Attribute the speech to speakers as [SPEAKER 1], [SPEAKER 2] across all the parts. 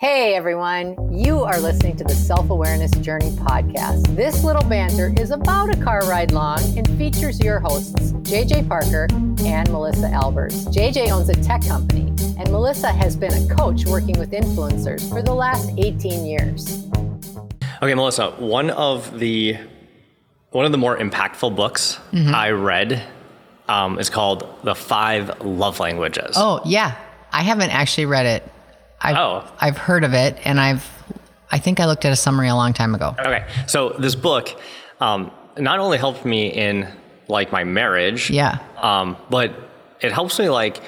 [SPEAKER 1] Hey everyone, you are listening to the Self Awareness Journey podcast. This little banter is about a car ride long and features your hosts, JJ Parker and Melissa Albers. JJ owns a tech company, and Melissa has been a coach working with influencers for the last 18 years.
[SPEAKER 2] Okay, Melissa, one of the one of the more impactful books
[SPEAKER 3] Mm-hmm.
[SPEAKER 2] I read um, is called The Five Love Languages.
[SPEAKER 3] Oh yeah, I haven't actually read it. I've,
[SPEAKER 2] Oh.
[SPEAKER 3] I've heard of it, and I've I think I looked at a summary a long time ago.
[SPEAKER 2] Okay, so this book um, not only helped me in like my marriage,
[SPEAKER 3] Yeah.
[SPEAKER 2] um, but it helps me like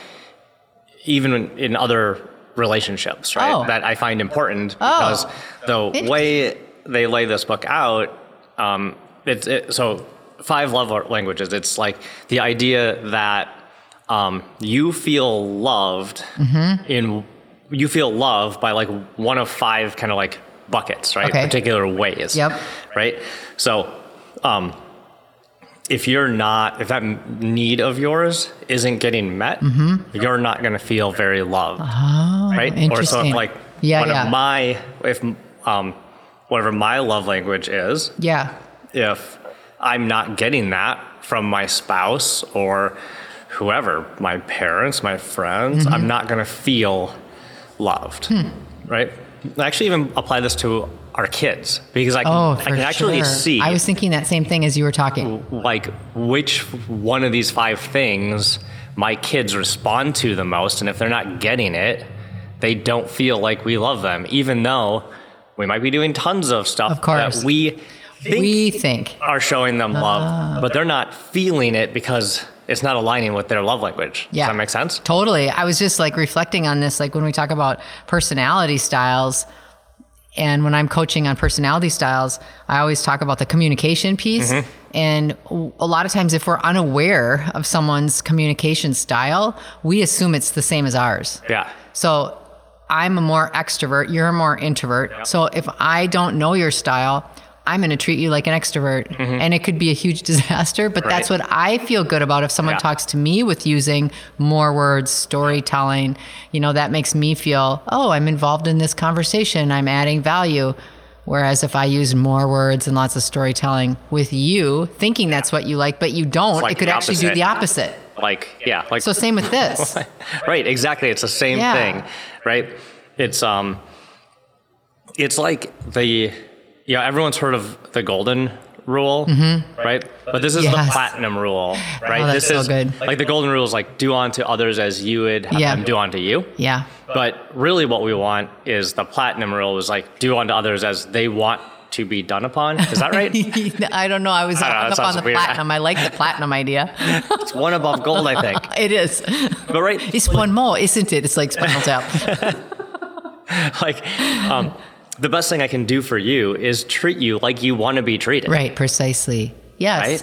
[SPEAKER 2] even in other relationships, right?
[SPEAKER 3] Oh.
[SPEAKER 2] That I find important because the way they lay this book out, um, it's it, so five love languages. It's like the idea that um, you feel loved
[SPEAKER 3] Mm-hmm.
[SPEAKER 2] in you feel loved by like one of five kind of like buckets, right?
[SPEAKER 3] Okay.
[SPEAKER 2] Particular ways.
[SPEAKER 3] Yep.
[SPEAKER 2] Right. So, um, if you're not, if that m- need of yours isn't getting met,
[SPEAKER 3] Mm-hmm.
[SPEAKER 2] you're not going to feel very loved, right? Or so if
[SPEAKER 3] Oh, interesting.
[SPEAKER 2] like
[SPEAKER 3] Yeah,
[SPEAKER 2] one
[SPEAKER 3] yeah.
[SPEAKER 2] of my, if um, whatever my love language is,
[SPEAKER 3] Yeah,
[SPEAKER 2] if I'm not getting that from my spouse or whoever, my parents, my friends,
[SPEAKER 3] Mm-hmm.
[SPEAKER 2] I'm not going to feel loved.
[SPEAKER 3] Hmm.
[SPEAKER 2] Right? I actually even apply this to our kids because I can,
[SPEAKER 3] Oh,
[SPEAKER 2] I
[SPEAKER 3] for
[SPEAKER 2] can actually
[SPEAKER 3] sure.
[SPEAKER 2] see
[SPEAKER 3] I was thinking that same thing as you were talking.
[SPEAKER 2] like which one of these five things my kids respond to the most and if they're not getting it, they don't feel like we love them even though we might be doing tons of stuff
[SPEAKER 3] Of course.
[SPEAKER 2] that we think
[SPEAKER 3] we think.
[SPEAKER 2] are showing them
[SPEAKER 3] Ah,
[SPEAKER 2] love, but they're not feeling it because it's not aligning with their love language.
[SPEAKER 3] Yeah.
[SPEAKER 2] Does that make sense?
[SPEAKER 3] Totally. I was just like reflecting on this, like when we talk about personality styles, and when I'm coaching on personality styles, I always talk about the communication piece.
[SPEAKER 2] Mm-hmm.
[SPEAKER 3] And w- a lot of times, if we're unaware of someone's communication style, we assume it's the same as ours.
[SPEAKER 2] Yeah.
[SPEAKER 3] So I'm a more extrovert, you're a more introvert. So if I don't know your style, I'm going to treat you like an extrovert and it could be a huge disaster, but that's
[SPEAKER 2] Mm-hmm. Right.
[SPEAKER 3] what I feel good about if someone
[SPEAKER 2] Yeah.
[SPEAKER 3] talks to me with using more words, storytelling, you know, that makes me feel, "Oh, I'm involved in this conversation, I'm adding value." Whereas if I use more words and lots of storytelling with you, thinking that's what you like, but you don't,
[SPEAKER 2] like
[SPEAKER 3] it could
[SPEAKER 2] the
[SPEAKER 3] actually do
[SPEAKER 2] opposite.
[SPEAKER 3] the opposite.
[SPEAKER 2] Like, yeah. Like,
[SPEAKER 3] So same with this.
[SPEAKER 2] right. Exactly. It's the same
[SPEAKER 3] Yeah.
[SPEAKER 2] thing. Right. It's, um, it's like the, yeah, everyone's heard of the golden rule, right? But this is
[SPEAKER 3] Mm-hmm. Yes. Oh,
[SPEAKER 2] the platinum rule, right?
[SPEAKER 3] that's
[SPEAKER 2] this
[SPEAKER 3] so
[SPEAKER 2] is
[SPEAKER 3] good.
[SPEAKER 2] like the golden rule is like do unto others as you would have
[SPEAKER 3] Yeah.
[SPEAKER 2] them do unto you.
[SPEAKER 3] yeah.
[SPEAKER 2] But really, what we want is the platinum rule is like do unto others as they want to be done upon. Is that right?
[SPEAKER 3] I don't know. I
[SPEAKER 2] I don't know,
[SPEAKER 3] was hung
[SPEAKER 2] that
[SPEAKER 3] up on
[SPEAKER 2] sounds
[SPEAKER 3] the
[SPEAKER 2] weird.
[SPEAKER 3] platinum. I like the platinum idea.
[SPEAKER 2] it's one above gold, I think.
[SPEAKER 3] It is.
[SPEAKER 2] But right,
[SPEAKER 3] It's one more, isn't it? It's like Spinal Tap.
[SPEAKER 2] like um, the best thing I can do for you is treat you like you want to be treated,
[SPEAKER 3] Right, precisely. Yes.
[SPEAKER 2] right?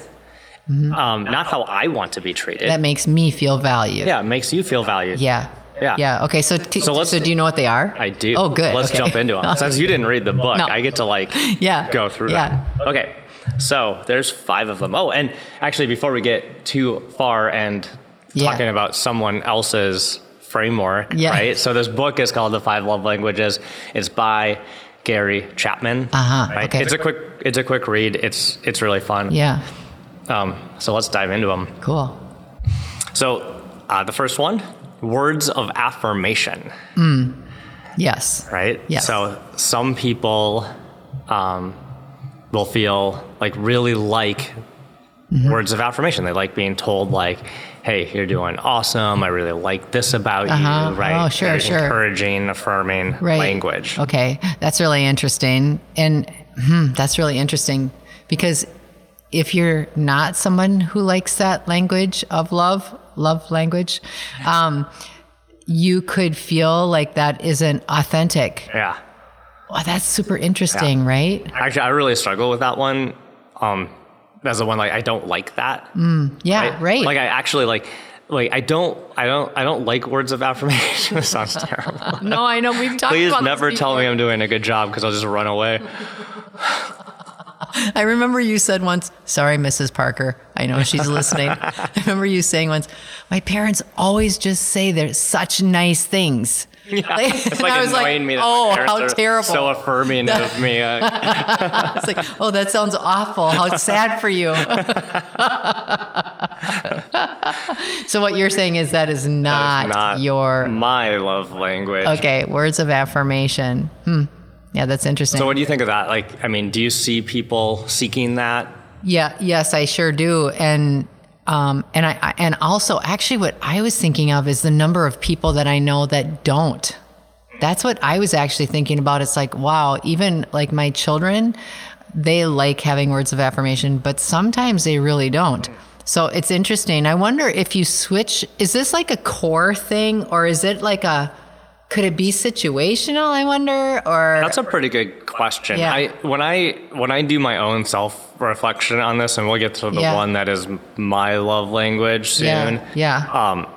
[SPEAKER 2] Um, not how I want to be treated.
[SPEAKER 3] That makes me feel valued.
[SPEAKER 2] yeah, it makes you feel valued.
[SPEAKER 3] Yeah.
[SPEAKER 2] Yeah.
[SPEAKER 3] Yeah. Okay. So, t-
[SPEAKER 2] So
[SPEAKER 3] so,
[SPEAKER 2] let's-
[SPEAKER 3] do you know what they are?
[SPEAKER 2] I do.
[SPEAKER 3] Oh, good.
[SPEAKER 2] Let's
[SPEAKER 3] Okay.
[SPEAKER 2] jump into them. Since you didn't read the book,
[SPEAKER 3] No.
[SPEAKER 2] I get to like
[SPEAKER 3] Yeah.
[SPEAKER 2] go through
[SPEAKER 3] Yeah.
[SPEAKER 2] them. Okay. So there's five of them. Oh, and actually, before we get too far and
[SPEAKER 3] Yeah.
[SPEAKER 2] talking about someone else's framework,
[SPEAKER 3] Yeah.
[SPEAKER 2] right? So this book is called The Five Love Languages. It's by Gary Chapman.
[SPEAKER 3] Uh-huh.
[SPEAKER 2] Right?
[SPEAKER 3] Okay.
[SPEAKER 2] It's a quick. It's a quick read. It's it's really fun.
[SPEAKER 3] Yeah.
[SPEAKER 2] Um, so let's dive into them.
[SPEAKER 3] Cool.
[SPEAKER 2] So uh, the first one, words of affirmation.
[SPEAKER 3] Yes.
[SPEAKER 2] right?
[SPEAKER 3] Yes.
[SPEAKER 2] So some people um, will feel like really like
[SPEAKER 3] Mm-hmm.
[SPEAKER 2] words of affirmation. They like being told like, "Hey, you're doing awesome. I really like this about
[SPEAKER 3] Uh-huh.
[SPEAKER 2] you." Right?
[SPEAKER 3] Oh, sure,
[SPEAKER 2] Very
[SPEAKER 3] sure.
[SPEAKER 2] Encouraging, affirming
[SPEAKER 3] Right.
[SPEAKER 2] language.
[SPEAKER 3] Okay. That's really interesting. And hmm, that's really interesting because if you're not someone who likes that language of love, love language, um, you could feel like that isn't authentic.
[SPEAKER 2] Yeah.
[SPEAKER 3] Wow, that's super interesting, right?
[SPEAKER 2] Actually, I really struggle with that one. Um, that's the one like I don't like that.
[SPEAKER 3] Yeah, Mm, right.
[SPEAKER 2] Like I actually like. Like I don't, I don't, I don't like words of affirmation. It sounds terrible.
[SPEAKER 3] no, I know we've talked
[SPEAKER 2] Please
[SPEAKER 3] about this
[SPEAKER 2] never tell me
[SPEAKER 3] before.
[SPEAKER 2] I'm doing a good job because I'll just run away.
[SPEAKER 3] I remember you said once, sorry, Mrs. Parker. I know she's listening. I remember you saying once, my parents always just say they're such nice things.
[SPEAKER 2] Yeah, it's like
[SPEAKER 3] I was like,
[SPEAKER 2] annoying me. that my
[SPEAKER 3] "Oh,
[SPEAKER 2] parents
[SPEAKER 3] how
[SPEAKER 2] are
[SPEAKER 3] terrible."
[SPEAKER 2] So affirming of me. Uh,
[SPEAKER 3] It's like, oh, that sounds awful. How sad for you. so what you're saying is that is not,
[SPEAKER 2] not Mm.
[SPEAKER 3] your
[SPEAKER 2] my love language.
[SPEAKER 3] okay words of affirmation. Hmm. Yeah, that's interesting.
[SPEAKER 2] So what do you think of that? Like, I mean, do you see people seeking that?
[SPEAKER 3] yeah, yes, I sure do, and. Um, and I, I and also actually what I was thinking of is the number of people that I know that don't. That's what I was actually thinking about. It's like, wow, even like my children, they like having words of affirmation, but sometimes they really don't. So it's interesting. I wonder if you switch, is this like a core thing or is it like a, could it be situational? I wonder, or
[SPEAKER 2] That's a pretty good question.
[SPEAKER 3] Yeah.
[SPEAKER 2] I when I when I do my own self reflection on this, and we'll get to the
[SPEAKER 3] Yeah.
[SPEAKER 2] one that is my love language soon.
[SPEAKER 3] yeah, yeah.
[SPEAKER 2] Um,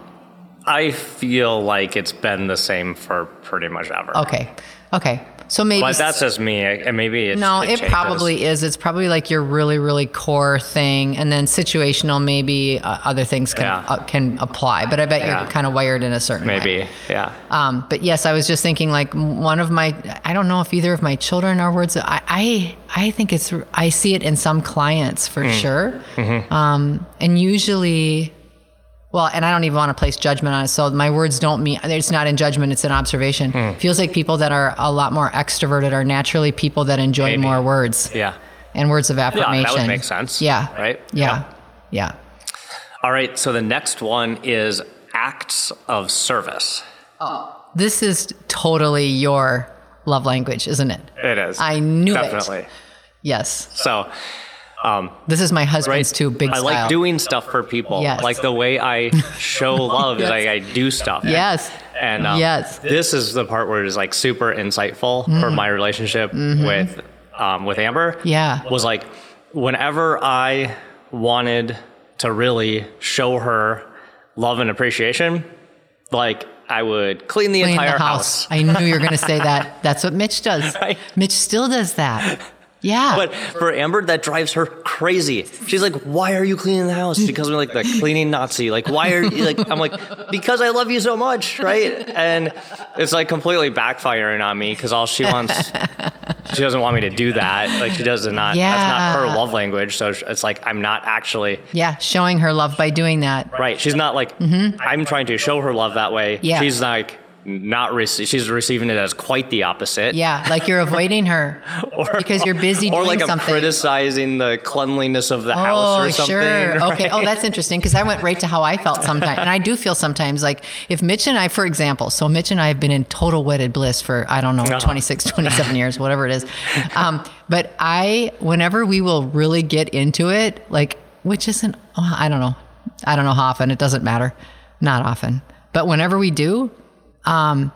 [SPEAKER 2] I feel like it's been the same for pretty much ever.
[SPEAKER 3] Okay. Okay. So maybe
[SPEAKER 2] But that's just me. And maybe it's,
[SPEAKER 3] No, it
[SPEAKER 2] changes.
[SPEAKER 3] probably is. It's probably like your really, really core thing, and then situational. Maybe uh, other things can
[SPEAKER 2] Yeah.
[SPEAKER 3] uh, can apply, but I bet
[SPEAKER 2] Yeah.
[SPEAKER 3] you're kind of wired in a certain way.
[SPEAKER 2] maybe. Yeah.
[SPEAKER 3] Um, but yes, I was just thinking like m- one of my, I don't know if either of my children are words. I, I, I think it's, I see it in some clients
[SPEAKER 2] Mm.
[SPEAKER 3] for sure.
[SPEAKER 2] Mm-hmm.
[SPEAKER 3] Um, and usually, well, and I don't even want to place judgment on it. So my words don't mean, it's not in judgment, it's an observation.
[SPEAKER 2] Mm.
[SPEAKER 3] Feels like people that are a lot more extroverted are naturally people that enjoy
[SPEAKER 2] Maybe.
[SPEAKER 3] more words
[SPEAKER 2] Yeah.
[SPEAKER 3] and words of
[SPEAKER 2] Yeah,
[SPEAKER 3] affirmation.
[SPEAKER 2] that would make sense.
[SPEAKER 3] Yeah.
[SPEAKER 2] Right?
[SPEAKER 3] Yeah. Yeah.
[SPEAKER 2] All right. So the next one is acts of service.
[SPEAKER 3] This is totally your love language, isn't it?
[SPEAKER 2] It is.
[SPEAKER 3] I knew it.
[SPEAKER 2] Definitely.
[SPEAKER 3] Yes.
[SPEAKER 2] So
[SPEAKER 3] This is my husband's
[SPEAKER 2] right,
[SPEAKER 3] too. Big
[SPEAKER 2] I
[SPEAKER 3] style.
[SPEAKER 2] like doing stuff for people.
[SPEAKER 3] Yes.
[SPEAKER 2] Like the way I show love is like I do stuff.
[SPEAKER 3] Yes.
[SPEAKER 2] And um,
[SPEAKER 3] Yes. Mm-hmm.
[SPEAKER 2] this is the part where it is like super insightful for my relationship with um, with Amber.
[SPEAKER 3] Yeah.
[SPEAKER 2] was like whenever I wanted to really show her love and appreciation, like I would clean the
[SPEAKER 3] Clean
[SPEAKER 2] entire
[SPEAKER 3] the
[SPEAKER 2] house.
[SPEAKER 3] house. I knew you were going to say that. That's what Mitch does.
[SPEAKER 2] Right.
[SPEAKER 3] Mitch still does that. Yeah.
[SPEAKER 2] But for Amber, that drives her crazy. She's like, "Why are you cleaning the house?" She calls me like the cleaning Nazi. Like, why are you like? I'm like, because I love you so much, right? And it's like completely backfiring on me because all she wants, she doesn't want me to do that. Like, she does not. That's not
[SPEAKER 3] Yeah.
[SPEAKER 2] her love language. So it's like I'm not actually
[SPEAKER 3] yeah, showing her love by doing that.
[SPEAKER 2] right. She's not like I'm trying to show her love that way.
[SPEAKER 3] Mm-hmm. Yeah.
[SPEAKER 2] She's like not rec- she's receiving it as quite the opposite.
[SPEAKER 3] Yeah, like you're avoiding her because you're busy
[SPEAKER 2] Or
[SPEAKER 3] doing
[SPEAKER 2] like I'm
[SPEAKER 3] something.
[SPEAKER 2] criticizing the cleanliness of the house
[SPEAKER 3] oh,
[SPEAKER 2] or something.
[SPEAKER 3] sure.
[SPEAKER 2] right?
[SPEAKER 3] Okay. Oh, that's interesting because I went right to how I felt sometimes. And I do feel sometimes like if Mitch and I, for example, so Mitch and I have been in total wedded bliss for, I don't know,
[SPEAKER 2] Uh-huh.
[SPEAKER 3] 26, 27 years, whatever it is. Um, but I, whenever we will really get into it, like, which isn't, oh, I don't know. I don't know how often. It doesn't matter. Not often. But whenever we do, um,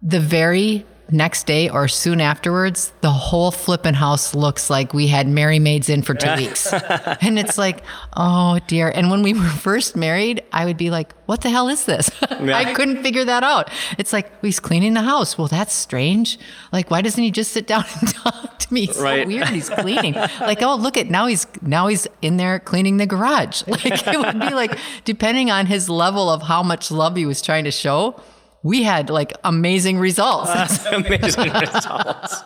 [SPEAKER 3] the very next day or soon afterwards, the whole flippin' house looks like we had Mary Maids in for two weeks. and it's like, oh dear. And when we were first married, I would be like, what the hell is this? I couldn't figure that out. It's like, well, he's cleaning the house. Well, that's strange. Like, why doesn't he just sit down and talk to me? It's
[SPEAKER 2] Right.
[SPEAKER 3] so weird. He's cleaning. like, oh, look at now he's now he's in there cleaning the garage. Like it would be like, depending on his level of how much love he was trying to show. We had like amazing results.
[SPEAKER 2] amazing results.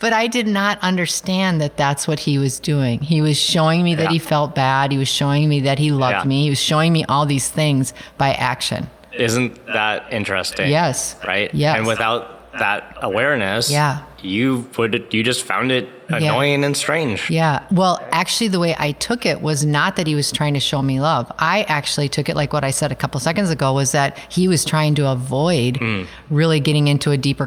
[SPEAKER 3] But I did not understand that that's what he was doing. He was showing me that he
[SPEAKER 2] Yeah.
[SPEAKER 3] felt bad. He was showing me that he
[SPEAKER 2] Yeah.
[SPEAKER 3] loved me. He was showing me all these things by action.
[SPEAKER 2] Isn't that interesting?
[SPEAKER 3] Yes.
[SPEAKER 2] Right?
[SPEAKER 3] Yes.
[SPEAKER 2] And without that awareness,
[SPEAKER 3] Yeah.
[SPEAKER 2] you would you just found it annoying and strange.
[SPEAKER 3] Yeah. Well, actually, the way I took it was not that he was trying to show me love. I actually took it like what I said a couple seconds ago was that he was trying to avoid really getting into a deeper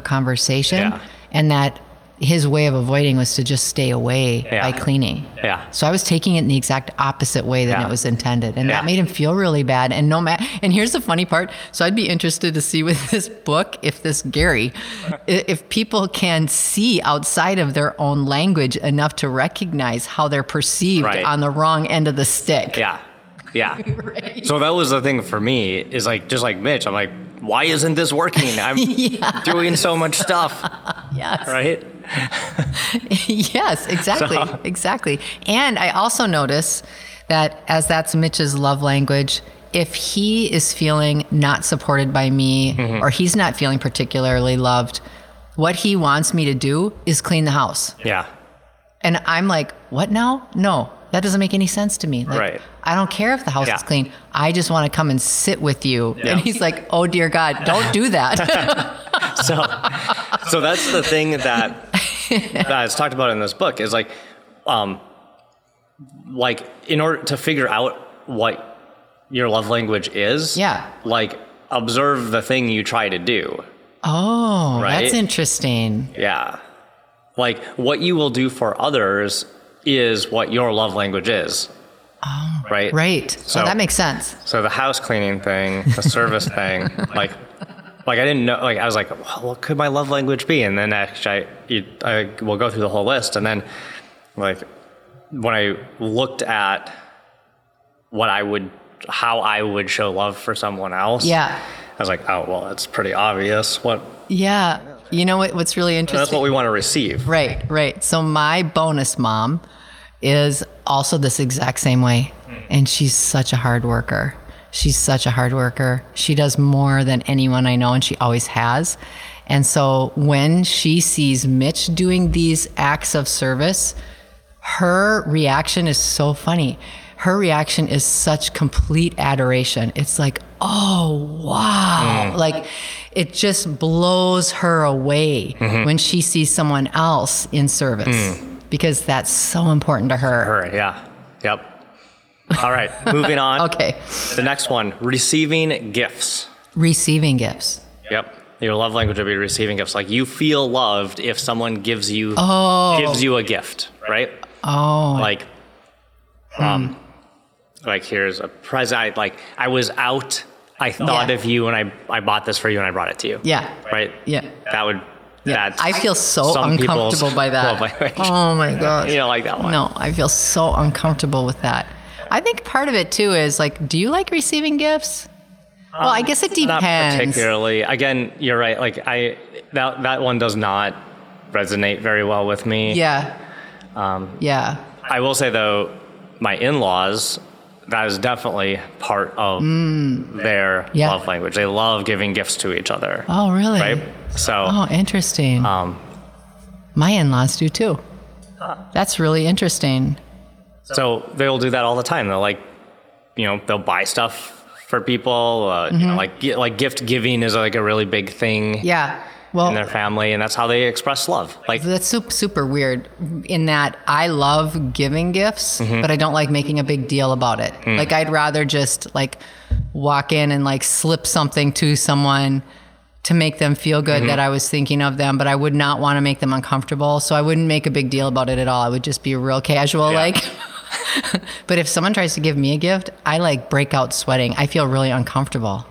[SPEAKER 2] Mm.
[SPEAKER 3] conversation
[SPEAKER 2] Yeah.
[SPEAKER 3] and that his way of avoiding was to just stay away
[SPEAKER 2] Yeah.
[SPEAKER 3] by cleaning.
[SPEAKER 2] Yeah.
[SPEAKER 3] So I was taking it in the exact opposite way than
[SPEAKER 2] Yeah.
[SPEAKER 3] it was intended. And
[SPEAKER 2] Yeah.
[SPEAKER 3] that made him feel really bad. And no matter, and here's the funny part. So I'd be interested to see with this book, if this Gary, i- if people can see outside of their own language enough to recognize how they're perceived
[SPEAKER 2] Right.
[SPEAKER 3] on the wrong end of the stick.
[SPEAKER 2] Yeah. Yeah. So that was the thing for me is like just like Mitch, I'm like, why isn't this working? I'm doing so much stuff,
[SPEAKER 3] Yes.
[SPEAKER 2] right?
[SPEAKER 3] yes, exactly. Exactly. And I also notice that as that's Mitch's love language, if he is feeling not supported by me
[SPEAKER 2] Mm-hmm.
[SPEAKER 3] or he's not feeling particularly loved, what he wants me to do is clean the house.
[SPEAKER 2] Yeah.
[SPEAKER 3] And I'm like, what now? No, that doesn't make any sense to me. Like,
[SPEAKER 2] Right.
[SPEAKER 3] I don't care if the house
[SPEAKER 2] Yeah.
[SPEAKER 3] is clean. I just want to come and sit with you. And he's like, oh dear God, don't do that.
[SPEAKER 2] so so that's the thing that that is talked about in this book is like um like in order to figure out what your love language is
[SPEAKER 3] Yeah.
[SPEAKER 2] like observe the thing you try to do
[SPEAKER 3] oh,
[SPEAKER 2] Right.
[SPEAKER 3] that's interesting.
[SPEAKER 2] yeah like what you will do for others is what your love language is oh, right
[SPEAKER 3] Right.
[SPEAKER 2] So-
[SPEAKER 3] So that makes sense.
[SPEAKER 2] So the house cleaning thing, the service thing, like, like I didn't know. Like I was like, well, what could my love language be? And then actually, I, you, I will go through the whole list, and then, like, when I looked at what I would, how I would show love for someone else,
[SPEAKER 3] Yeah.
[SPEAKER 2] I was like, oh well, that's pretty obvious. What
[SPEAKER 3] Yeah. You know what, what's really interesting?
[SPEAKER 2] that's what we want to receive.
[SPEAKER 3] Right, right. So my bonus mom is also this exact same way. And she's such a hard worker. She's such a hard worker. She does more than anyone I know, and she always has. And so when she sees Mitch doing these acts of service, her reaction is so funny. Her reaction is such complete adoration. It's like, oh, wow. Like, it just blows her away when she sees someone else in service because that's so important to her.
[SPEAKER 2] Her, yeah, yep. All right, moving on.
[SPEAKER 3] Okay.
[SPEAKER 2] The next one, receiving gifts.
[SPEAKER 3] Receiving gifts.
[SPEAKER 2] Yep. Your love language would be receiving gifts. Like you feel loved if someone gives you gives you a gift, right?
[SPEAKER 3] Oh, Hmm.
[SPEAKER 2] Like, um, like here's a present. I, like I was out. I thought
[SPEAKER 3] Yeah.
[SPEAKER 2] of you, and I I bought this for you, and I brought it to you.
[SPEAKER 3] yeah.
[SPEAKER 2] Right.
[SPEAKER 3] Yeah.
[SPEAKER 2] That would. That's
[SPEAKER 3] I feel so
[SPEAKER 2] some people's
[SPEAKER 3] uncomfortable by that.
[SPEAKER 2] love language.
[SPEAKER 3] Oh, my gosh.
[SPEAKER 2] You don't like that one.
[SPEAKER 3] No, I feel so uncomfortable with that. I think part of it too is like, do you like receiving gifts? well, I guess it
[SPEAKER 2] Um, Not
[SPEAKER 3] depends.
[SPEAKER 2] particularly. Again, you're right. Like I that that one does not resonate very well with me.
[SPEAKER 3] Yeah.
[SPEAKER 2] Um,
[SPEAKER 3] yeah.
[SPEAKER 2] I will say though, my in-laws, that is definitely part of their
[SPEAKER 3] Mm. Yeah.
[SPEAKER 2] love language. They love giving gifts to each other,
[SPEAKER 3] Oh, really?
[SPEAKER 2] right? So
[SPEAKER 3] Oh, interesting.
[SPEAKER 2] Um, uh,
[SPEAKER 3] My in laws do too. That's really interesting.
[SPEAKER 2] so they'll do that all the time. They'll like, you know, they'll buy stuff for people. Uh, you know, like gi- like gift giving is like a really big thing
[SPEAKER 3] Mm-hmm. Yeah.
[SPEAKER 2] in
[SPEAKER 3] Well,
[SPEAKER 2] their family, and that's how they express love. Like
[SPEAKER 3] that's super, super weird in that I love giving gifts, but I don't like making a big deal about it. Like, I'd rather just like walk in and like slip something to someone to make them feel good that I was thinking of them, but I would not want to make them uncomfortable. So I wouldn't make a big deal about it at all. I would just be real casual,
[SPEAKER 2] Yeah.
[SPEAKER 3] like. but if someone tries to give me a gift, I like break out sweating. I feel really uncomfortable,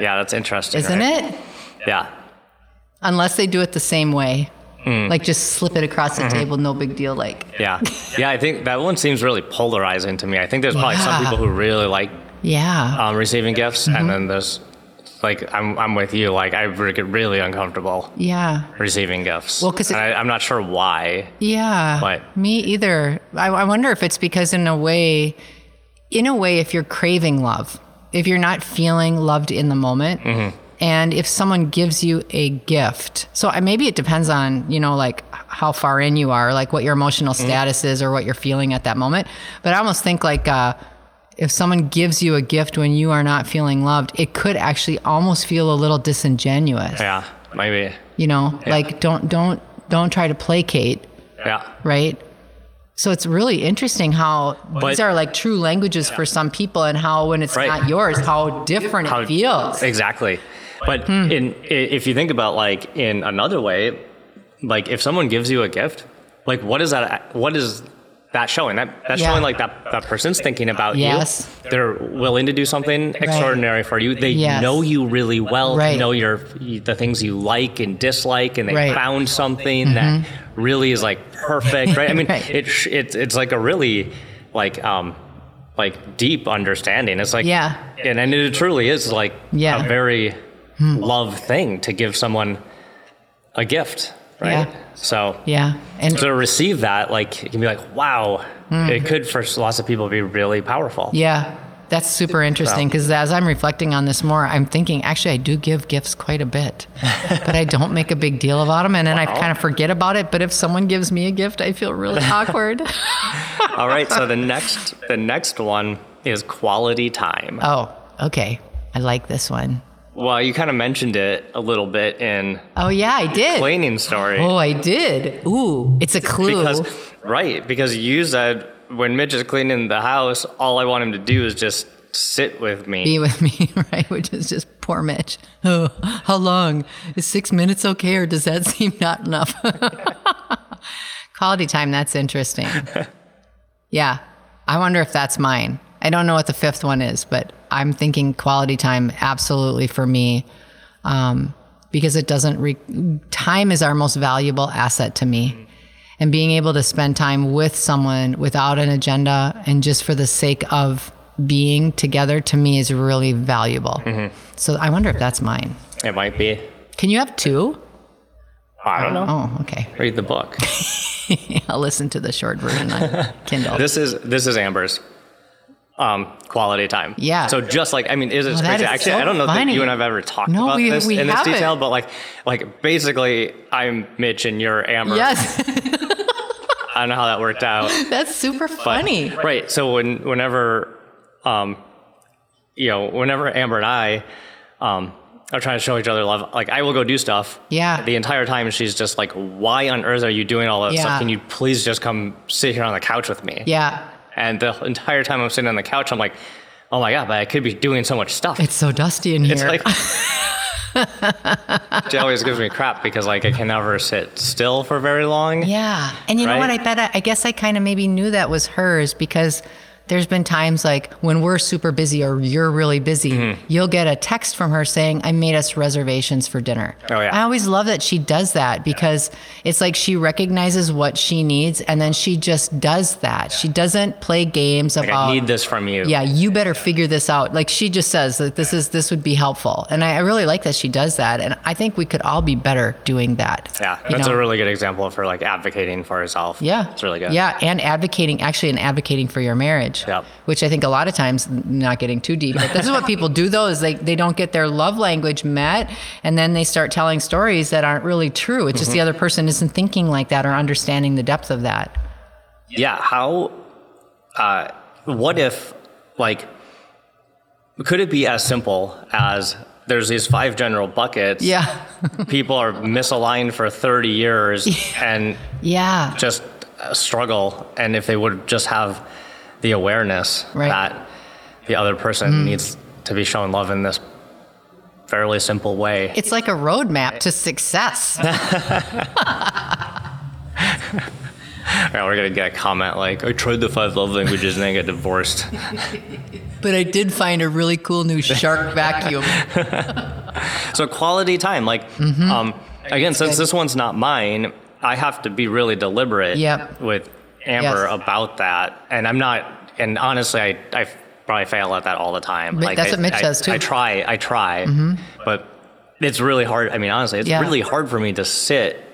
[SPEAKER 2] yeah, that's interesting,
[SPEAKER 3] isn't it?
[SPEAKER 2] it? Yeah.
[SPEAKER 3] Unless they do it the same way. Like just slip it across the table, no big deal. Like,
[SPEAKER 2] Yeah. Yeah, I think that one seems really polarizing to me. I think there's probably some
[SPEAKER 3] Yeah.
[SPEAKER 2] people who really like
[SPEAKER 3] yeah. Mm-hmm.
[SPEAKER 2] um, receiving gifts, and then there's like I'm I'm with you. Like I re- get really uncomfortable
[SPEAKER 3] Yeah.
[SPEAKER 2] receiving gifts.
[SPEAKER 3] Well, 'cause it-
[SPEAKER 2] And I, I'm not sure why.
[SPEAKER 3] Yeah.
[SPEAKER 2] But-
[SPEAKER 3] Me either. I, I wonder if it's because, in a way, in a way, if you're craving love, if you're not feeling loved in the moment, and if someone gives you a gift, so I, maybe it depends on, you know, like how far in you are, like what your emotional status is or what you're feeling at that moment. But I almost think like, uh, if someone gives you a gift when you are not feeling loved, it could actually almost feel a little disingenuous.
[SPEAKER 2] Yeah, maybe.
[SPEAKER 3] You know, like don't don't don't try to placate
[SPEAKER 2] Yeah,
[SPEAKER 3] right? So it's really interesting how
[SPEAKER 2] But-
[SPEAKER 3] these are like true languages for some people, and how when it's
[SPEAKER 2] Right.
[SPEAKER 3] not yours, how different
[SPEAKER 2] How-
[SPEAKER 3] it feels.
[SPEAKER 2] exactly. But
[SPEAKER 3] Hmm.
[SPEAKER 2] in i- if you think about like in another way, like if someone gives you a gift, like what is that? What is that showing? That that's
[SPEAKER 3] Yeah.
[SPEAKER 2] showing like that that person's thinking about
[SPEAKER 3] Yes.
[SPEAKER 2] you. They're willing to do something extraordinary for you. They
[SPEAKER 3] Yes.
[SPEAKER 2] know you really well. They
[SPEAKER 3] Right.
[SPEAKER 2] know your the things you like and dislike, and they
[SPEAKER 3] Right. Mm-hmm.
[SPEAKER 2] found something that really is like perfect. Right? I mean,
[SPEAKER 3] Right.
[SPEAKER 2] it sh it's it's like a really like um like deep understanding. It's like
[SPEAKER 3] Yeah.
[SPEAKER 2] and and it truly is like
[SPEAKER 3] Yeah. Hmm.
[SPEAKER 2] a very love thing to give someone a gift, right?
[SPEAKER 3] Yeah.
[SPEAKER 2] So
[SPEAKER 3] Yeah, and Hmm.
[SPEAKER 2] to receive that, like you can be like, wow, it could for lots of people be really powerful.
[SPEAKER 3] yeah, That's super interesting because as I'm reflecting on this more, I'm thinking actually I do give gifts quite a bit, but I don't make a big deal about them, and then I kind of forget about it. But if someone gives me a gift, I feel really awkward.
[SPEAKER 2] All right. So the next the next one is quality time.
[SPEAKER 3] oh, okay, I like this one.
[SPEAKER 2] Well, you kind of mentioned it a little bit in
[SPEAKER 3] Oh yeah, I did.
[SPEAKER 2] cleaning story.
[SPEAKER 3] Oh, I did. Ooh, it's a clue.
[SPEAKER 2] Because right, because you said when Mitch is cleaning the house, all I want him to do is just sit with me.
[SPEAKER 3] be with me, right? Which is just poor Mitch. Oh, how long? Is six minutes okay, or does that seem not enough? Quality time, that's interesting. Yeah. I wonder if that's mine. I don't know what the fifth one is, but I'm thinking quality time absolutely for me um, because it doesn't, re- time is our most valuable asset to me. And being able to spend time with someone without an agenda and just for the sake of being together to me is really valuable.
[SPEAKER 2] Mm-hmm.
[SPEAKER 3] So I wonder if that's mine.
[SPEAKER 2] It might be.
[SPEAKER 3] Can you have two?
[SPEAKER 2] I don't know.
[SPEAKER 3] Oh, okay.
[SPEAKER 2] Read the book.
[SPEAKER 3] I'll listen to the short version on Kindle.
[SPEAKER 2] this is this is Amber's um, quality time.
[SPEAKER 3] Yeah. Oh,
[SPEAKER 2] So just like I mean, it is
[SPEAKER 3] that
[SPEAKER 2] crazy.
[SPEAKER 3] is
[SPEAKER 2] Actually,
[SPEAKER 3] so
[SPEAKER 2] I don't know
[SPEAKER 3] funny.
[SPEAKER 2] that you and I've ever talked
[SPEAKER 3] No,
[SPEAKER 2] about
[SPEAKER 3] we-
[SPEAKER 2] this
[SPEAKER 3] we
[SPEAKER 2] in this
[SPEAKER 3] haven't.
[SPEAKER 2] detail, but like like basically, I'm Mitch and you're Amber.
[SPEAKER 3] yes,
[SPEAKER 2] I don't know how that worked out.
[SPEAKER 3] that's super funny.
[SPEAKER 2] Right. So when whenever um you know, whenever Amber and I um are trying to show each other love, like I will go do stuff.
[SPEAKER 3] Yeah.
[SPEAKER 2] The entire time she's just like, Why on earth are you doing all that
[SPEAKER 3] Yeah.
[SPEAKER 2] stuff? Can you please just come sit here on the couch with me?
[SPEAKER 3] Yeah,
[SPEAKER 2] And the entire time I'm sitting on the couch, I'm like, Oh my god, but I could be doing so much stuff.
[SPEAKER 3] it's so dusty in here.
[SPEAKER 2] It's like she always gives me crap because like I can never sit still for very long.
[SPEAKER 3] yeah, and you know what? I
[SPEAKER 2] Right?
[SPEAKER 3] bet I, I guess I kind of maybe knew that was hers because there's been times like when we're super busy or you're really busy,
[SPEAKER 2] Mm-hmm.
[SPEAKER 3] you'll get a text from her saying, "I made us reservations for dinner."
[SPEAKER 2] Oh, yeah.
[SPEAKER 3] I always love that she does that because it's like she recognizes what she needs and then she just does that. She doesn't play games
[SPEAKER 2] Like,
[SPEAKER 3] about
[SPEAKER 2] I need this from you.
[SPEAKER 3] yeah you better figure this out like she just says that this is this would be helpful and I, I really like that she does that and i think we could all be better doing that
[SPEAKER 2] Yeah,
[SPEAKER 3] you
[SPEAKER 2] that's
[SPEAKER 3] know?
[SPEAKER 2] a really good example for like advocating for herself.
[SPEAKER 3] yeah
[SPEAKER 2] it's really good.
[SPEAKER 3] yeah and advocating actually and advocating for your marriage
[SPEAKER 2] Yep.
[SPEAKER 3] which i think a lot of times not getting too deep but this is what people do though is they, they don't get their love language met and then they start telling stories that aren't really true it's just
[SPEAKER 2] Mm-hmm.
[SPEAKER 3] the other person isn't thinking like that or understanding the depth of that
[SPEAKER 2] yeah. How? Uh, what if like? Could it be as simple as there's these five general buckets?
[SPEAKER 3] yeah
[SPEAKER 2] people are misaligned for 30 years and
[SPEAKER 3] yeah
[SPEAKER 2] just uh, struggle, and if they would just have the awareness
[SPEAKER 3] Right.
[SPEAKER 2] that the other person needs to be shown love in this fairly simple way.
[SPEAKER 3] It's like a roadmap to success.
[SPEAKER 2] Now we're gonna get a comment like, "I tried the five love languages and I got divorced."
[SPEAKER 3] But I did find a really cool new shark vacuum.
[SPEAKER 2] So quality time, like,
[SPEAKER 3] Mm-hmm.
[SPEAKER 2] um, again, since this one's not mine, I have to be really deliberate
[SPEAKER 3] Yep.
[SPEAKER 2] with Amber
[SPEAKER 3] Yes.
[SPEAKER 2] about that, and I'm not. And honestly, I, I probably fail at that all the time.
[SPEAKER 3] But that's
[SPEAKER 2] I,
[SPEAKER 3] what Mitch
[SPEAKER 2] I-
[SPEAKER 3] does, too. Mm-hmm.
[SPEAKER 2] I try, I try, but it's really hard. I mean, honestly, it's
[SPEAKER 3] Yeah.
[SPEAKER 2] really hard for me to sit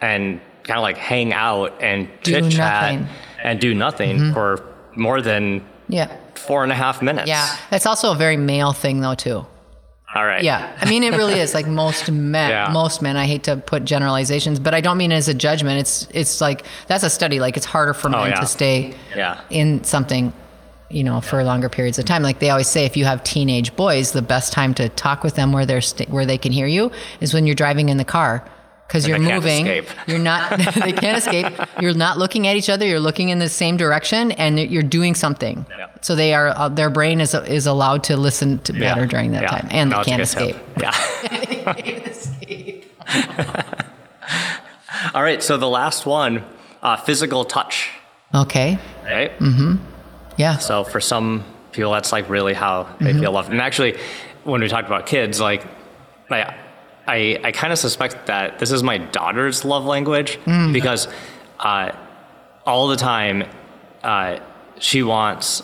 [SPEAKER 2] and kind of like hang out and
[SPEAKER 3] Do
[SPEAKER 2] chit chat
[SPEAKER 3] nothing. Mm-hmm.
[SPEAKER 2] and do nothing for more than
[SPEAKER 3] Yeah.
[SPEAKER 2] four and a half minutes.
[SPEAKER 3] Yeah. That's also a very male thing, though, too.
[SPEAKER 2] All right.
[SPEAKER 3] Yeah. I mean, it really is like most men,
[SPEAKER 2] Yeah.
[SPEAKER 3] most men, I hate to put generalizations, but I don't mean it as a judgment. It's, it's like, that's a study. Like it's harder for men
[SPEAKER 2] Oh, yeah.
[SPEAKER 3] to stay
[SPEAKER 2] Yeah.
[SPEAKER 3] in something, you know, for longer periods of time. Like they always say, if you have teenage boys, the best time to talk with them where they're, st- where they can hear you is when you're driving in the car. Cause you're
[SPEAKER 2] they can't
[SPEAKER 3] moving,
[SPEAKER 2] escape.
[SPEAKER 3] you're not, they can't escape. You're not looking at each other. You're looking in the same direction and you're doing something.
[SPEAKER 2] Yeah.
[SPEAKER 3] So they are, uh, their brain is, is allowed to listen to
[SPEAKER 2] Yeah.
[SPEAKER 3] better during that
[SPEAKER 2] Yeah.
[SPEAKER 3] time and
[SPEAKER 2] No,
[SPEAKER 3] they
[SPEAKER 2] it's a
[SPEAKER 3] can't
[SPEAKER 2] good tip.
[SPEAKER 3] escape.
[SPEAKER 2] Yeah. All right. So the last one, uh, physical touch,
[SPEAKER 3] Okay.
[SPEAKER 2] right?
[SPEAKER 3] Mm-hmm. Yeah. Mm-hmm.
[SPEAKER 2] So for some people, that's like really how they feel loved. And actually, when we talked about kids, like, I, I, I kind of suspect that this is my daughter's love language
[SPEAKER 3] Mm.
[SPEAKER 2] because uh, all the time uh, she wants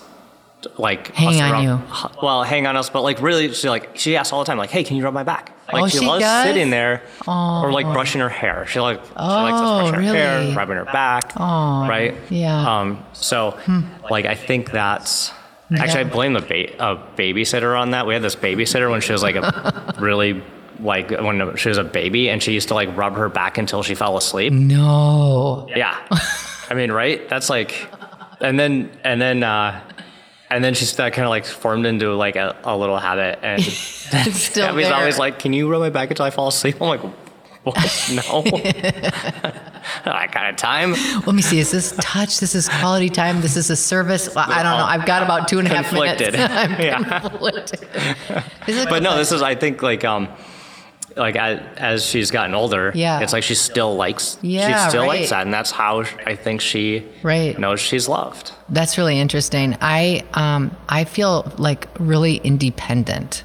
[SPEAKER 2] like
[SPEAKER 3] Hang
[SPEAKER 2] us to
[SPEAKER 3] on
[SPEAKER 2] rub-
[SPEAKER 3] you.
[SPEAKER 2] h- Well, hang on us, but like really, she like she asks all the time, like, "Hey, can you rub my back?" Like
[SPEAKER 3] Oh, she
[SPEAKER 2] loves
[SPEAKER 3] does?
[SPEAKER 2] sitting there or like brushing her hair. She like she likes
[SPEAKER 3] Oh,
[SPEAKER 2] us brushing her
[SPEAKER 3] really?
[SPEAKER 2] hair, rubbing her back, right?
[SPEAKER 3] yeah.
[SPEAKER 2] Um, so, like, I think that's Actually, I blame the ba- uh, babysitter on that. We had this babysitter when she was like a really like when she was a baby, and she used to like rub her back until she fell asleep.
[SPEAKER 3] Mm. No.
[SPEAKER 2] Yeah, I mean, right? That's like, and then and then uh, and then she's that kind of like formed into like a, a little habit, and
[SPEAKER 3] It's still
[SPEAKER 2] Abby's
[SPEAKER 3] there.
[SPEAKER 2] always like, "Can you rub my back until I fall asleep?" I'm like, "What? No, I got a time."
[SPEAKER 3] Let me see. Is this touch? This is quality time. This is a service. Well, I don't know. I've got about two and a half
[SPEAKER 2] Conflicted.
[SPEAKER 3] minutes. I'm
[SPEAKER 2] Yeah.
[SPEAKER 3] conflicted. This is-
[SPEAKER 2] But no, this is I think like um like as, as she's gotten older,
[SPEAKER 3] Yeah.
[SPEAKER 2] it's like she still likes
[SPEAKER 3] Yeah,
[SPEAKER 2] she still
[SPEAKER 3] right.
[SPEAKER 2] likes that, and that's how I think she
[SPEAKER 3] Right.
[SPEAKER 2] knows she's loved.
[SPEAKER 3] That's really interesting. I um I feel like really independent.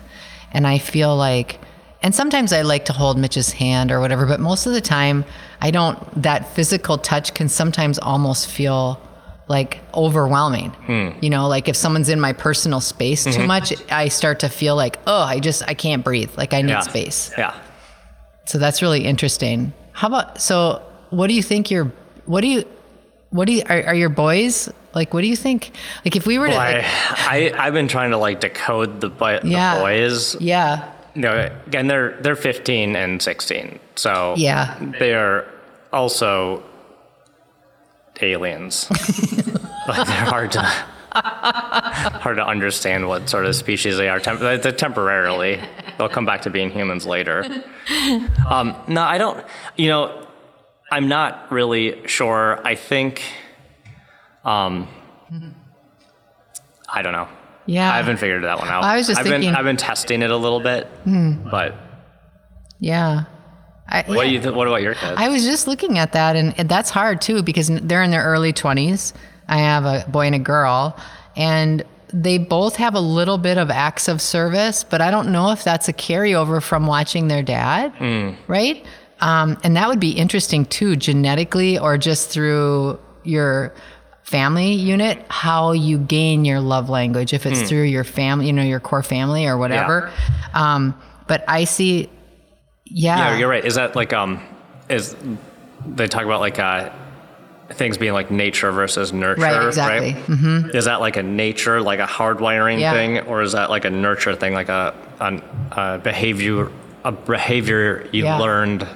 [SPEAKER 3] And I feel like and sometimes I like to hold Mitch's hand or whatever, but most of the time I don't that physical touch can sometimes almost feel like overwhelming.
[SPEAKER 2] Hmm.
[SPEAKER 3] You know, like if someone's in my personal space too
[SPEAKER 2] Mm-hmm.
[SPEAKER 3] much, I start to feel like, "Oh, I just I can't breathe. Like I need
[SPEAKER 2] Yeah.
[SPEAKER 3] space."
[SPEAKER 2] Yeah.
[SPEAKER 3] So that's really interesting. How about so? What do you think your what do you what do you are, are your boys like? What do you think? Like if we were to
[SPEAKER 2] I,
[SPEAKER 3] like,
[SPEAKER 2] I I've been trying to like decode the, bu-
[SPEAKER 3] Yeah.
[SPEAKER 2] the boys.
[SPEAKER 3] yeah
[SPEAKER 2] No, and they're they're 15 and 16, so
[SPEAKER 3] Yeah.
[SPEAKER 2] they're also aliens. like they're hard to hard to understand what sort of species they are. Tem- they're they're temporarily, they'll come back to being humans later. Um, no, I don't. You know, I'm not really sure. I think, um, I don't know.
[SPEAKER 3] yeah
[SPEAKER 2] I haven't figured that one out.
[SPEAKER 3] I was just
[SPEAKER 2] have
[SPEAKER 3] thinking- Hmm.
[SPEAKER 2] Been, I've been testing it a little bit, but
[SPEAKER 3] yeah. I,
[SPEAKER 2] what do
[SPEAKER 3] yeah.
[SPEAKER 2] you? Th- what about your kids?
[SPEAKER 3] I was just looking at that, and and that's hard too because they're in their early 20s. I have a boy and a girl, and they both have a little bit of acts of service, but I don't know if that's a carryover from watching their dad,
[SPEAKER 2] Hmm.
[SPEAKER 3] right? Um, and that would be interesting too, genetically or just through your family unit, how you gain your love language, if
[SPEAKER 2] Hmm.
[SPEAKER 3] it's through your family, you know, your core family or whatever. Um, but I see, yeah,
[SPEAKER 2] yeah, you're right. Is that like um, is they talk about like uh, things being like nature versus nurture,
[SPEAKER 3] Right, exactly.
[SPEAKER 2] Mm-hmm. Is that like a nature, like a hardwiring
[SPEAKER 3] Yeah.
[SPEAKER 2] thing, or is that like a nurture thing, like a an, a behavior a behavior you
[SPEAKER 3] Yeah.
[SPEAKER 2] learned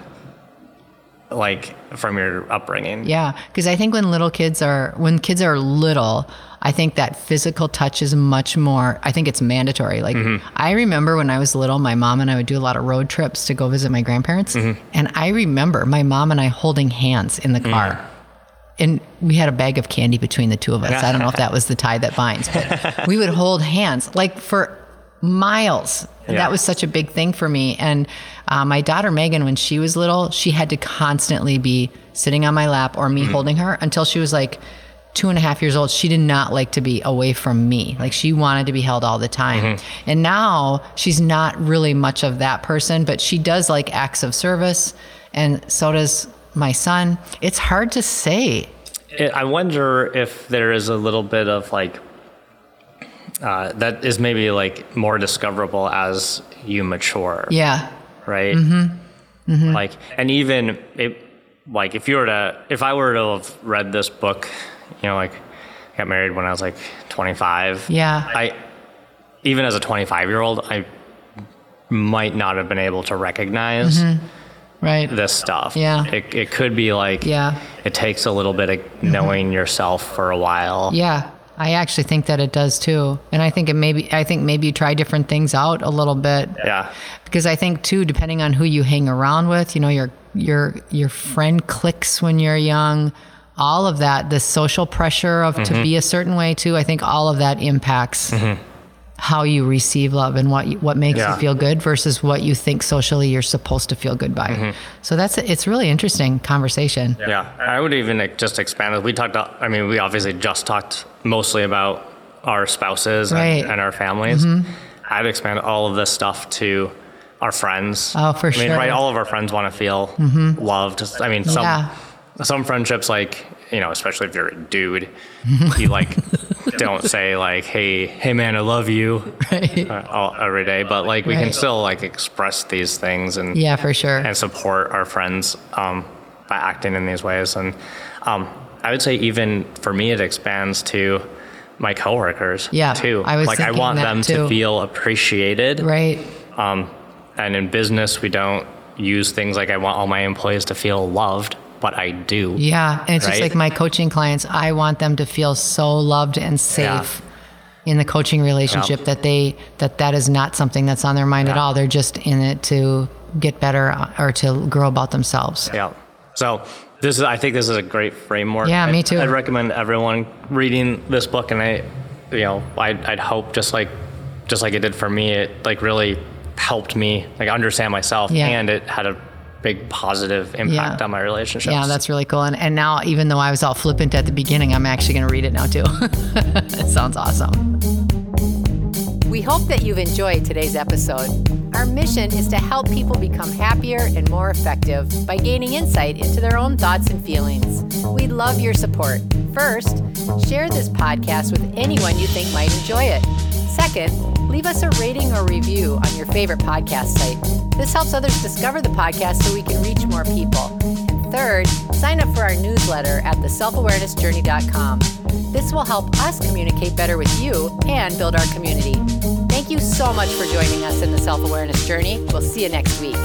[SPEAKER 2] like from your upbringing?
[SPEAKER 3] Yeah, because I think when little kids are when kids are little, I think that physical touch is much more. I think it's mandatory. Like I remember when I was little, my mom and I would do a lot of road trips to go visit my grandparents, and I remember my mom and I holding hands in the car. And we had a bag of candy between the two of us. I don't know if that was the tie that binds, but we would hold hands like for miles.
[SPEAKER 2] Yeah.
[SPEAKER 3] That was such a big thing for me. And uh, my daughter Megan, when she was little, she had to constantly be sitting on my lap or me holding her until she was like two and a half years old. She did not like to be away from me. Like she wanted to be held all the time. And now she's not really much of that person, but she does like acts of service. And so does my son. It's hard to say.
[SPEAKER 2] It, I wonder if there is a little bit of like uh, that is maybe like more discoverable as you mature,
[SPEAKER 3] Yeah. Mm-hmm.
[SPEAKER 2] right? Like, and even it, like if you were to, if I were to have read this book, you know, like got married when I was like 25.
[SPEAKER 3] Yeah.
[SPEAKER 2] I, even as a 25 year old, I might not have been able to recognize
[SPEAKER 3] Right.
[SPEAKER 2] this stuff.
[SPEAKER 3] Mm-hmm. Yeah.
[SPEAKER 2] It, it could be like,
[SPEAKER 3] Yeah.
[SPEAKER 2] it takes a little bit of knowing yourself for a while.
[SPEAKER 3] Yeah, I actually think that it does too. And I think it maybe I think maybe you try different things out a little bit
[SPEAKER 2] Yeah.
[SPEAKER 3] because I think too depending on who you hang around with, you know, your your your friend clicks when you're young, all of that, the social pressure of to
[SPEAKER 2] Mm-hmm.
[SPEAKER 3] be a certain way too. I think all of that impacts how you receive love and what you, what makes
[SPEAKER 2] Yeah.
[SPEAKER 3] you feel good versus what you think socially you're supposed to feel good by.
[SPEAKER 2] Mm-hmm.
[SPEAKER 3] So that's it's really interesting conversation.
[SPEAKER 2] Yeah, I would even like, just expand it. We talked. a- I mean, we obviously just talked mostly about our spouses
[SPEAKER 3] Right. Mm-hmm.
[SPEAKER 2] and, and our families. I'd expand all of this stuff to our friends.
[SPEAKER 3] Oh, for
[SPEAKER 2] I mean,
[SPEAKER 3] sure. Mm-hmm.
[SPEAKER 2] right? All of our friends want to feel loved. I mean, some
[SPEAKER 3] Yeah.
[SPEAKER 2] some friendships, like you know, especially if you're a dude, you like don't say like, "Hey, hey, man, I love you," uh, all, every day. But like, we can
[SPEAKER 3] Right.
[SPEAKER 2] still like express these things and
[SPEAKER 3] Yeah, for sure.
[SPEAKER 2] and support our friends um, by acting in these ways. And um, I would say, even for me, it expands to my coworkers
[SPEAKER 3] Yeah,
[SPEAKER 2] too.
[SPEAKER 3] I was
[SPEAKER 2] like I
[SPEAKER 3] thinking
[SPEAKER 2] want
[SPEAKER 3] that
[SPEAKER 2] them
[SPEAKER 3] too.
[SPEAKER 2] to feel appreciated.
[SPEAKER 3] Right.
[SPEAKER 2] Um, and in business, we don't use things like I want all my employees to feel loved, but I do.
[SPEAKER 3] Yeah. And it's just
[SPEAKER 2] Right?
[SPEAKER 3] like my coaching clients, I want them to feel so loved and safe in the coaching relationship
[SPEAKER 2] Yeah.
[SPEAKER 3] that they, that that is not something that's on their mind at
[SPEAKER 2] Yeah.
[SPEAKER 3] all. They're just in it to get better uh, or to grow about themselves.
[SPEAKER 2] Yeah. So this is, I think this is a great framework.
[SPEAKER 3] Yeah, me
[SPEAKER 2] I'd-
[SPEAKER 3] too.
[SPEAKER 2] I'd recommend everyone reading this book, and I, you know, I'd, I'd hope just like, just like it did for me, it like really helped me like understand myself,
[SPEAKER 3] Yeah.
[SPEAKER 2] and it had a big positive impact
[SPEAKER 3] Yeah.
[SPEAKER 2] on my relationships.
[SPEAKER 3] Yeah, that's really cool. And, and now, even though I was all flippant at the beginning, I'm actually going to read it now too. it sounds awesome.
[SPEAKER 1] We hope that you've enjoyed today's episode. Our mission is to help people become happier and more effective by gaining insight into their own thoughts and feelings. We love your support. First, share this podcast with anyone you think might enjoy it. Second, leave us a rating or review on your favorite podcast site. This helps others discover the podcast so we can reach more people. And third, sign up for our newsletter at theselfawarenessjourney.com. This will help us communicate better with you and build our community. Thank you so much for joining us in the self awareness journey. We'll see you next week.